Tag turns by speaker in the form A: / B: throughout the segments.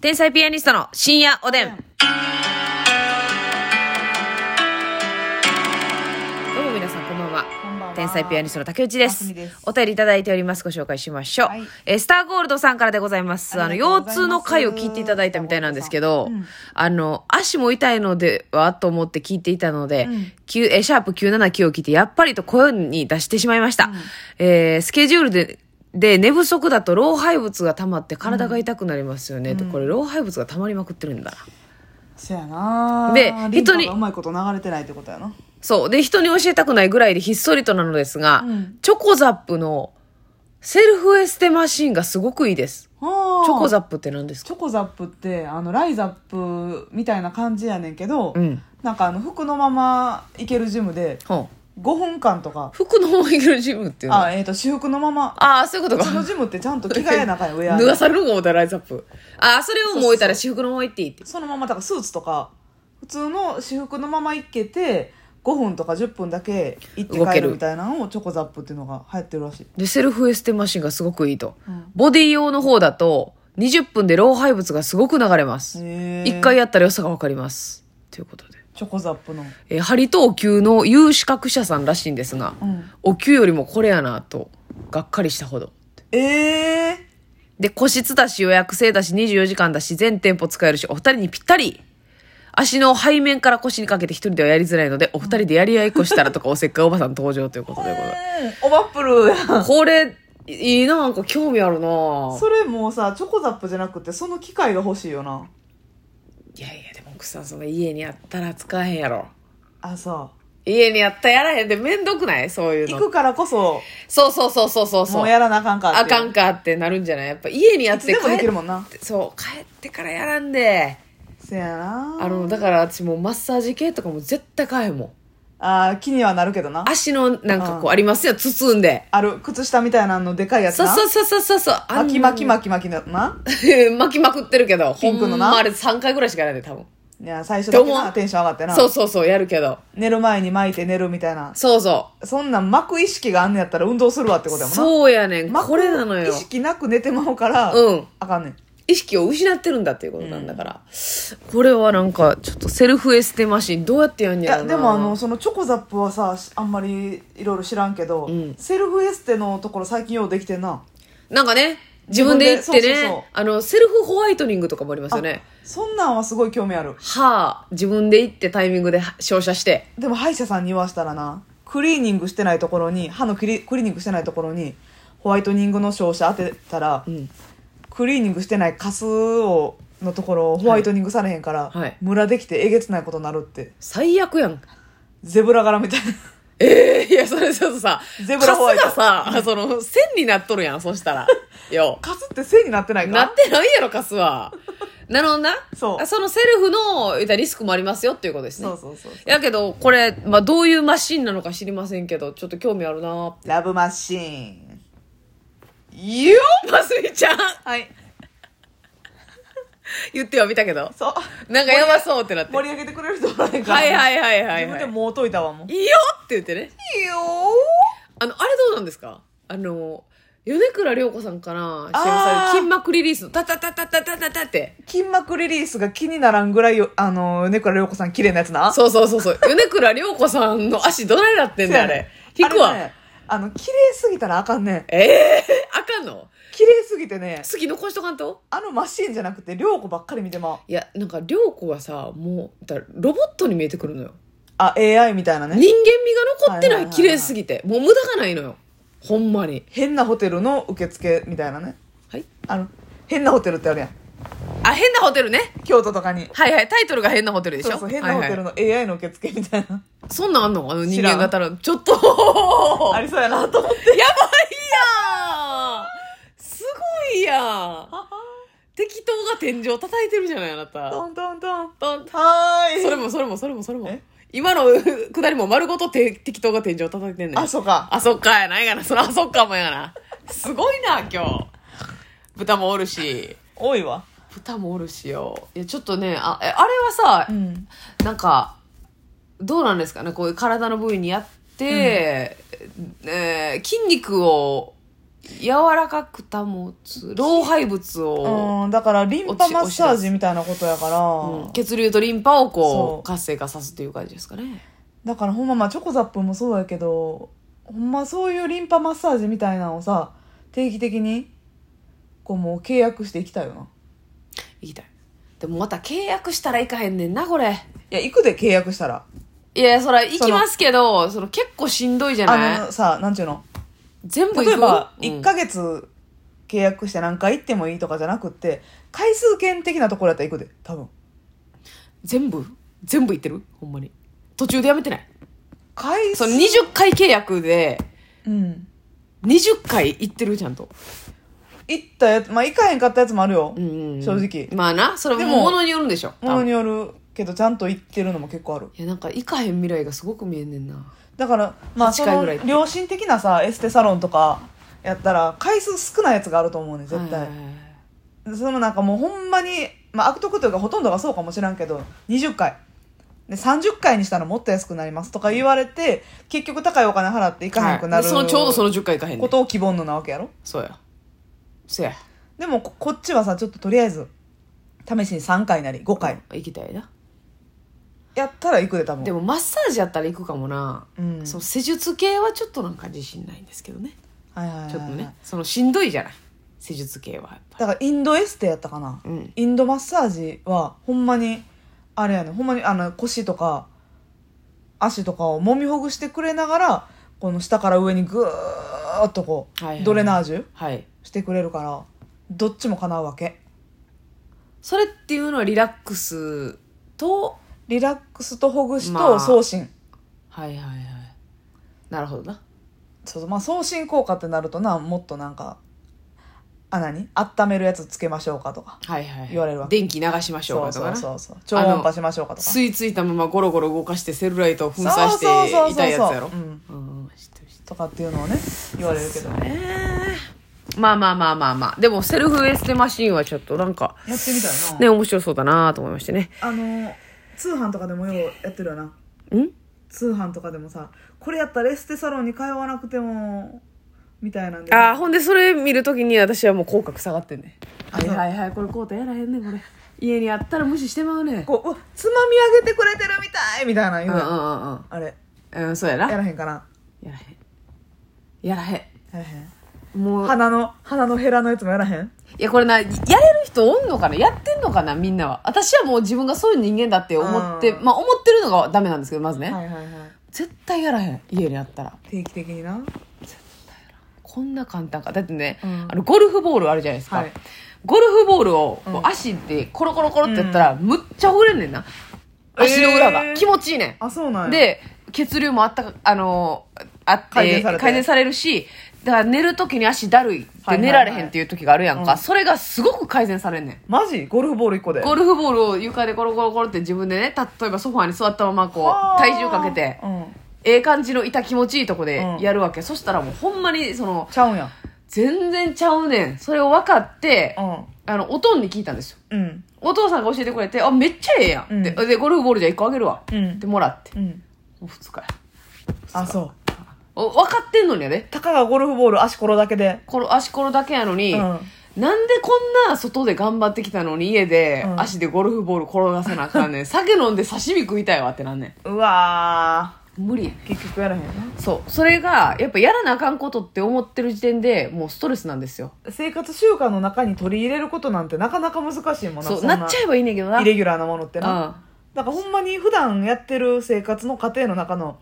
A: 天才ピアニストの深夜おでん。どうも皆さんこんばんは。
B: こんばんは
A: 天才ピアニストの竹内で
B: ます
A: す
B: みです。
A: お便りいただいております。ご紹介しましょう。
B: はい
A: えースターゴールドさんからでございます。あ
B: あ
A: の、
B: りがとう
A: 腰
B: ございま
A: 痛の
B: す
A: 回を聞いていただいたみたいなんですけど、
B: うん
A: あの、足も痛いのではと思って聞いていたので、
B: うん
A: 9えーシャープ979を聞いて、やっぱりと声に出してしまいました。えースケジュールで、で、寝不足だと老廃物が溜まって体が痛くなりますよね。とこれ、老廃物が溜まりまくってるんだな。
B: そやな
A: で
B: リンパ
A: 人に
B: がうまいこと流れてないってことやな
A: そう。で、人に教えたくないぐらいでひっそりとなのですが、
B: うん
A: チョコザップのセルフエステマシーンがすごくいいです。
B: チ
A: チョ
B: ョ
A: コザ
B: ップ
A: ップって何ですか
B: チョコザップってあのライザップみたいな感じやねんけど、
A: うん
B: なんかあの服のまま行けるジムで
A: ほう
B: 5分間とか、
A: 服のままいけるジムっていうのあ
B: あえっ、と私服のまま
A: あー、そういうこと
B: うちの
A: か。
B: ジムってちゃんと着替えなあかんよウェア
A: 脱がされるの思ったらライズアップ。ああ、それをもう置いたら私服のまま行っていいって。
B: そのままだからスーツとか普通の私服のまま行けて5分とか10分だけ行って
A: 動け
B: 帰
A: る
B: るみたいなのをチョコザップっていうのが流行ってるらしい
A: で、セルフエステマシーンがすごくいいと。
B: うん
A: ボディ用の方だと、20分で老廃物がすごく流れます。
B: へー
A: 一回やったら良さがわかります。ということで。
B: チョコザップの
A: えー、ハリとお灸の有資格者さんらしいんですが、
B: うん
A: お灸よりもこれやなと、がっかりしたほど。
B: ええー
A: で、個室だし予約制だし24時間だし全店舗使えるし、お二人にぴったり。足の背面から腰にかけて一人ではやりづらいので、お二人でやり合いっこしたらと かおせっかいおばさん登場ということでござい
B: オバップルやん
A: ます。これ、いいな、なんか興味あるなぁ
B: それもうさチョコザップじゃなくてその機械が欲しいよない
A: やいや、でも奥さんその家にあったら使えへんやろ。
B: あさ
A: 家にあったらやらへんでめんどくないそういう
B: 行
A: の。
B: くからこそ
A: そうそうそうそうそうそう。
B: もうやらなあかんかって
A: あかんかってなるんじゃないやっぱ家にあ
B: や
A: っ
B: ってても
A: 帰
B: で
A: っ
B: きるもんな
A: て、そう、帰ってからやらんで。
B: せやな
A: あの、だから私もうマッサージ系とかも絶対買えへんもん。
B: あー気にはなるけどな
A: 足のなんかこ
B: う
A: うんありますよ包んで
B: ある靴下みたいなのでかいやつ
A: そう
B: な
A: そうそうそうそうそうあん
B: 巻き
A: な
B: 巻き巻き巻きだな
A: 巻きまくってるけど
B: ピンクのな
A: ほんまあれ3回ぐらいしかやらない多分
B: いや最初だけ
A: どう
B: な
A: も
B: テンション上がってな
A: そうそうそうやるけど
B: 寝る前に巻いて寝るみたいな
A: そうそ
B: そんなん巻く意識があんねやったら運動するわって
A: う
B: ことやもんな
A: そうやねん
B: 巻く
A: これなのよ
B: 意識なく寝てまうから、
A: うん
B: あかんねん
A: 意識を失ってるんだっていうことなんだから、これはなんかちょっとセルフエステマシンどうやってやん
B: い
A: や
B: や
A: ろな
B: でもあのそのチョコザップはさあんまりいろいろ知らんけど、
A: ん
B: セルフエステのところ最近ようできてんな
A: なんかね自分で言ってね
B: 自分でそうそうそう
A: あのセルフホワイトニングとかもありますよね
B: そんなんはすごい興味ある
A: 歯自分で行ってタイミングで照射して
B: でも歯医者さんに言わしたらなクリーニングしてないところに歯のクリクリーニングしてないところにホワイトニングの照射当てたら、
A: ん
B: クリーニングしてないカスをのところをホワイトニングされへんから、
A: はいはい
B: ムラできてえげつないことになるって
A: 最悪やん
B: ゼブラ柄みたいな
A: ええいや、それちょっとさ、
B: ゼブラホワイト
A: カスがさ、その、線になっとるやん、そしたら。よ。
B: カスって線になってないか
A: なってないやろ、カスは。なるほどな。
B: そう
A: あそのセルフの、言ったらリスクもありますよっていうことですね。
B: そうそうそうそう
A: やけど、これ、まあ、どういうマシンなのか知りませんけど、ちょっと興味あるな
B: ラブマシーンよ
A: ますみちゃん
B: はい
A: 言っては見たけど。
B: そう
A: なんかやばそうってなって。は
B: 盛り上げてくれる人おらへん
A: い
B: から
A: はいはいはい、
B: 自分
A: は
B: でもう解いたわもう
A: い。いいよって言ってね。
B: いいよ
A: あの、あれどうなんですかあの、米倉涼子さんかな CM さ
B: あ
A: れ
B: ー
A: る筋膜リリースの、タタタタタタタタって。
B: 筋膜リリースが気にならんぐらいよあのねくら涼子さん綺麗なやつな
A: そうそうそうそう。米倉涼子さんの足どないなってん
B: せ
A: だ、
B: や
A: あ
B: ね
A: れ。引く
B: あれ
A: わ
B: ね。あの綺麗すぎたらあかんねん
A: ええー、あかんの
B: 綺麗すぎてね
A: 好き残しとかんと
B: あのマシーンじゃなくて涼子ばっかり見てまう
A: いや、なんか涼子はさ、もう、だロボットに見えてくるのよ。
B: あ AI みたいな
A: 人間
B: ね
A: 味が残ってな
B: は
A: い、
B: いはいはいはい
A: 綺麗すぎて。もう無駄がないのよ。ほんまに。
B: 変なホテルの受付みたいなね
A: はい。
B: あの変なホテルってあるやん
A: あ、変なホテルね。
B: 京都とかに
A: はいはい。タイトルが変なホテルでしょ
B: そうそう変なホテ
A: はい
B: ル
A: は
B: の AI の受付みたいな
A: い、そんなんあんのあの人
B: 知ら
A: 間
B: ん
A: 型の。ちょっと。やば
B: あ
A: い
B: りそうやなと思って
A: やんすごいやん適当が天井叩いてるじゃない、あなた。
B: トントントン
A: トン
B: はーい
A: それもそれもそれもそれも
B: え
A: 今のくだりも丸ごとて適当が天井叩いてんねん
B: あそうか
A: あそっかやないがなそのあそっかもやがなすごいな今日豚もおるし
B: 多いわ
A: 豚もおるしよいやちょっとねあえあれはさ、
B: ん
A: なんかどうなんですかねこういう体の部位にやって、えー筋肉を柔らかく保つ老廃物を、
B: うん、だからリンパマッサージみたいなことやから、
A: うん血流とリンパを
B: そ
A: こ
B: う
A: う活性化さすという感じですかね
B: だからほんままあチョコザップもそうやけどほんまそういうリンパマッサージみたいなのをさ定期的にこうもう契約していきたいよない
A: 行きたいでもまた契約したらいかへんねんなこれ
B: や行くで契約したら
A: いやそら行きますけどその結構しんどいじゃ
B: あ
A: ない
B: のさなんちゅうの
A: 全部行く
B: 例えば
A: うん
B: 1ヶ月契約して何回行ってもいいとかじゃなくって回数券的なところやったら行くで多分
A: 全部全部行ってるほんまに途中でやめてない
B: 回
A: そ
B: 数
A: の20回契約で
B: うん
A: 20回行ってるちゃんと、
B: 行ったやつまあ行かへんかったやつもあるよ、
A: うんうんうん
B: 正直
A: まあなそれ
B: で
A: も
B: も
A: ものによるんでしょ
B: ものに
A: 多分
B: よるけどちゃんと行ってるのも結構ある
A: いやなんか行かへん未来がすごく見えんねんな
B: だからまあ
A: 8
B: そ
A: 回
B: の
A: ぐらい行って
B: 良心的なさエステサロンとかやったら回数少ないやつがあると思うねん絶対、
A: はいはいはい
B: そのなんかもうほんまに、まあ、悪徳というかほとんどがそうかもしらんけど20回で30回にしたらもっと安くなりますとか言われて結局高いお金払っていかへんくな
A: はい
B: る、
A: でそのちょうどその10回行かへんね
B: こ
A: ん
B: とを希望のなわけやろ
A: そうやそや
B: でもここっちはさちょっととりあえず試しに3回なり5回
A: 行きたいな
B: やったら行くで多分
A: でもマッサージやったら行くかもな、
B: うん
A: そう施術系はちょっとなんか自信ないんですけどね
B: はいはいはいはい
A: ちょっとねそのしんどいじゃない施術系はやっぱ
B: だからインドエステやったかな、
A: りうん
B: インドマッサージはほんまにあれやねほんまにあの腰とか足とかを揉みほぐしてくれながらこの下から上にぐーっとこう、
A: はいはい
B: ドレナージュ
A: はい
B: してくれるからどっちも叶うわけ
A: それっていうのはリラックスと
B: リラックスとほぐし
A: ま
B: と
A: あ
B: 送信、
A: はいはいはいなるほどな
B: そうそうまあ送信効果ってなるとなもっとなんかあ何温めるやつつけましょうかとか
A: はいはいはい
B: 言われるわけ
A: 電気流しましょう
B: そ
A: か
B: う
A: と
B: そ
A: か
B: う
A: な
B: そうそう超音波しましょうかとか
A: 吸い付いたままゴロゴロ動かしてセルライトを粉
B: そう
A: 砕して
B: そうそうそう
A: いたやつやろ
B: うん
A: うんうん知ってる知ってる
B: とかっていうのをね言われるけどやって
A: まあまあまあまあまあでもセルフエステマシーンはちょっとなんか
B: みたいな、
A: ね面白そうだなと思いましてね
B: あの通販とかでもようやってるよなん通販とかでもさこれやったらエステサロンに通わなくてもみたいなんで
A: ああほんでそれ見るときに私はもう口角下がってんね
B: あそう
A: いはいこれこうたやらへんねんこれ家にあったら無視してまうねん
B: こううわつまみ上げてくれてるみたいみたいな
A: うん
B: 言
A: う
B: うやん
A: んうん
B: あれ
A: うんうんそうやな
B: や
A: や
B: らへんかな
A: らへんやらへ
B: やらへん
A: んもう
B: 鼻の鼻のヘラのやつもやらへん
A: いやこれなやれる人おんのかなやってんのかなみんなは私はもう自分がそういう人間だって思って
B: うん
A: まあ思ってるのがダメなんですけどまずね、
B: いはいはい
A: 絶対やらへん家にあったら
B: 定期的にな
A: こんな簡単かだってね、
B: うん
A: あのゴルフボールあるじゃないですか、
B: はい
A: ゴルフボールをこう
B: うん
A: 足でコロコロコロってやったら、むっちゃほぐれんねんな足の裏が、
B: えー
A: 気持ちいいね
B: あそうなん
A: ん
B: や
A: で血流もあったかあのーあって
B: 改善されて
A: されるしだから寝る時に足だるいって寝られへんっていう時があるやんか、
B: はいはいはいうん
A: それがすごく改善されんねん
B: マジゴルフボール1個で
A: ゴルフボールを床でコロコロコロって自分でね例えばソファーに座ったままこう体重かけて
B: うん
A: ええ感じの痛気持ちいいとこで
B: うん
A: やるわけ、そしたらもうほんまにその
B: ちゃうんや
A: 全然ちゃうねんそれを分かって、
B: うん
A: あのおとんに聞いたんですよ
B: うん
A: お父さんが教えてくれてあめっちゃええやん、
B: うん
A: ででゴルフボールじゃ1個あげるわ、
B: うん
A: ってもらって
B: うん
A: もう2日や
B: あそう
A: お分かってんのにやで
B: たかがゴルフボール足ころだけで
A: この足ころだけやのに、
B: うん
A: なんでこんな外で頑張ってきたのに家で
B: うん
A: 足でゴルフボール転がさなあかん ねん酒飲んで刺身食いたいわってなんね
B: うわ
A: ん無理やねん
B: ー結局やらへんな
A: そうそれがやっぱやらなあかんことって思ってる時点でもうストレスなんですよ
B: 生活習慣の中に取り入れることなんてなかなか難しいもんな
A: そうんなっちゃえばいいねんけどな
B: イレギュラーなものってな
A: うん
B: だからほんまに普段やってる生活の過程の中の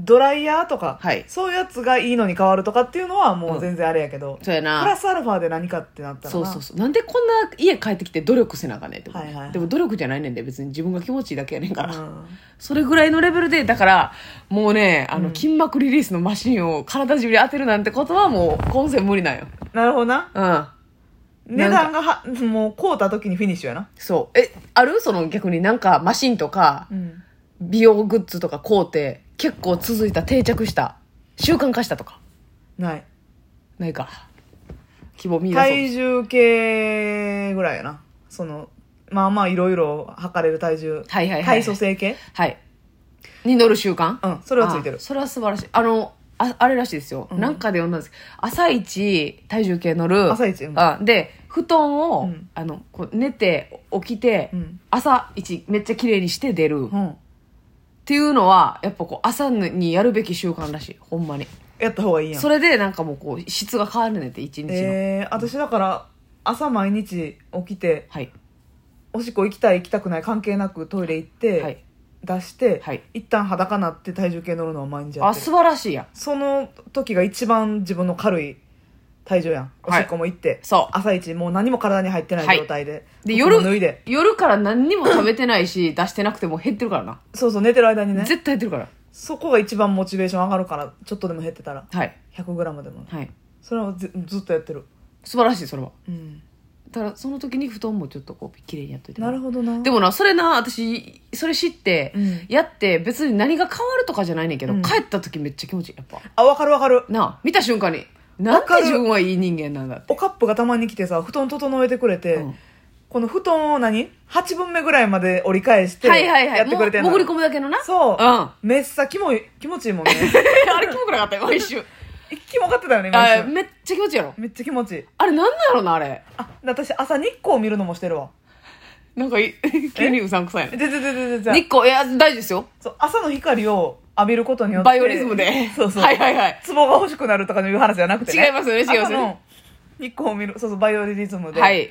B: ドライヤーとか、
A: はい
B: そういうやつがいいのに変わるとかっていうのはも
A: うん
B: う全然あれやけど、
A: そうやな
B: プラスアルファで何かってなったらな
A: そうそうそうなんでこんな家帰ってきて努力せなあかんねんってことね、
B: はいはいはい
A: でも努力じゃないねんで別に自分が気持ちいいだけやねんから、
B: うん
A: それぐらいのレベルでだからもうねあの
B: うん
A: 筋膜リリースのマシンを体中に当てるなんてことはもう今世無理なんよ
B: なるほどな
A: うん
B: 値段がはもう凍った時にフィニッシュやな、
A: そうえあるその逆になんかマシンとか
B: うん
A: 美容グッズとか買うて結構続いた定着した習慣化したとか
B: ない
A: ないか希望見出そう
B: 体重計ぐらいやなそのまあまあいろいろ測れる体重、
A: はいはいはい
B: 体組成計
A: はいに乗る習慣
B: うんそれはついてる
A: あそれは素晴らしいあのああれらしいですよ、
B: うん
A: なんかで読んだんです朝一体重計乗る
B: 朝一うん
A: あで布団を、
B: うん
A: あのこう寝て起きて、
B: うん
A: 朝一めっちゃ綺麗にして出る、っ
B: うん
A: ていうのはやっぱこう朝にやるべき習慣らしいほんまに
B: やった方がいいやん
A: それでなんかもうこう質が変わるねって一日の、
B: えー、私だから朝毎日起きて
A: はい
B: おしっこ行きたい行きたくない関係なくトイレ行って、
A: はい
B: 出して、
A: はい
B: 一旦裸なって体重計乗るのは毎日や
A: あ
B: ってる
A: 素晴らしいやん
B: その時が一番自分の軽い体重やんおし
A: はい
B: っこも行って、
A: そう
B: 朝一もう何も体に入ってな
A: はい
B: い状態で、
A: で
B: 服も
A: 夜
B: 脱いで
A: 夜から何にも食べてないし出してなくても減ってるからな、
B: そうそう寝てる間にね
A: 絶対減ってるから
B: そこが一番モチベーション上がるからちょっとでも減ってたら
A: はい
B: 100g でも
A: はい
B: それはずずっとやってる
A: 素晴らしいそれは
B: うん
A: ただその時に布団もちょっとこう綺麗にやっといて
B: なるほどな
A: で
B: も、
A: もなそれな私それ知って、
B: うん
A: やって別に何が変わるとかじゃないねんけど、
B: うん
A: 帰った時めっちゃ気持ちいいやっぱ
B: あ分かる分かる
A: なあ見た瞬間になん
B: か
A: て
B: る
A: 自分はいい人間なんだって
B: おカップがたまに来てさ布団整えてくれて、
A: うん
B: この布団を何8分目ぐらいまで折り返して
A: はいはいはい
B: やってくれてんの
A: もう潜り込むだけのなう
B: そう、
A: ん あ
B: めっさ気も気持ちいいも んね
A: れキモくなかったよ一瞬
B: 気もかってたよね今一
A: あ
B: 瞬
A: めっちゃ気持ちいいやろ
B: めっちゃ気持ちいい
A: あれなんなんやろなあれ
B: あ私朝日光見るのもしてるわ
A: なんかい急にうさんくさいな
B: ででででで
A: 日
B: で
A: 光いや大事ですよ
B: そう朝の光を浴びることによって
A: バイオリズムで
B: そうそう
A: はいはいはい
B: ツボが欲しくなるとかのいう話じゃなくて、ね、
A: 違いますよね違いますよね
B: 朝の日光を見るそうそうバイオリズムで、
A: はい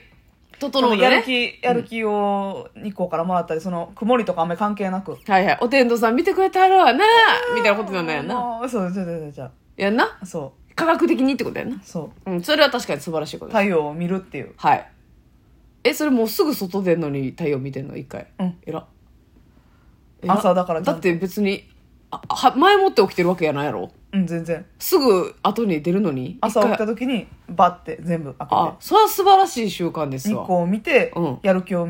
A: 整うの
B: やる
A: ね
B: 気やる気を日光からもらったりその曇りとかあんまり関係なく
A: はいはいお天道さん見てくれてあるわなみたいなことなんだよな
B: あーそうそうそうそう
A: やんな
B: そ
A: 科学的にってことやんな
B: うそ
A: うんそれは確かに素晴らしいこ
B: う
A: とです
B: 太陽を見るっていう
A: はいえそれもうすぐ外出んのに太陽見てんの一回
B: うん
A: えらえ
B: 朝だからちゃ
A: だ
B: ん
A: っ
B: と
A: て別にあは前もって起きてるわけやないやろ
B: うん全然
A: すぐ後に出るのに
B: 朝起き
A: 一
B: た
A: 回
B: 時にバッて全部開けて
A: あそれは素晴らしい習慣です
B: 日
A: わ
B: 光を見て
A: うん
B: やる気を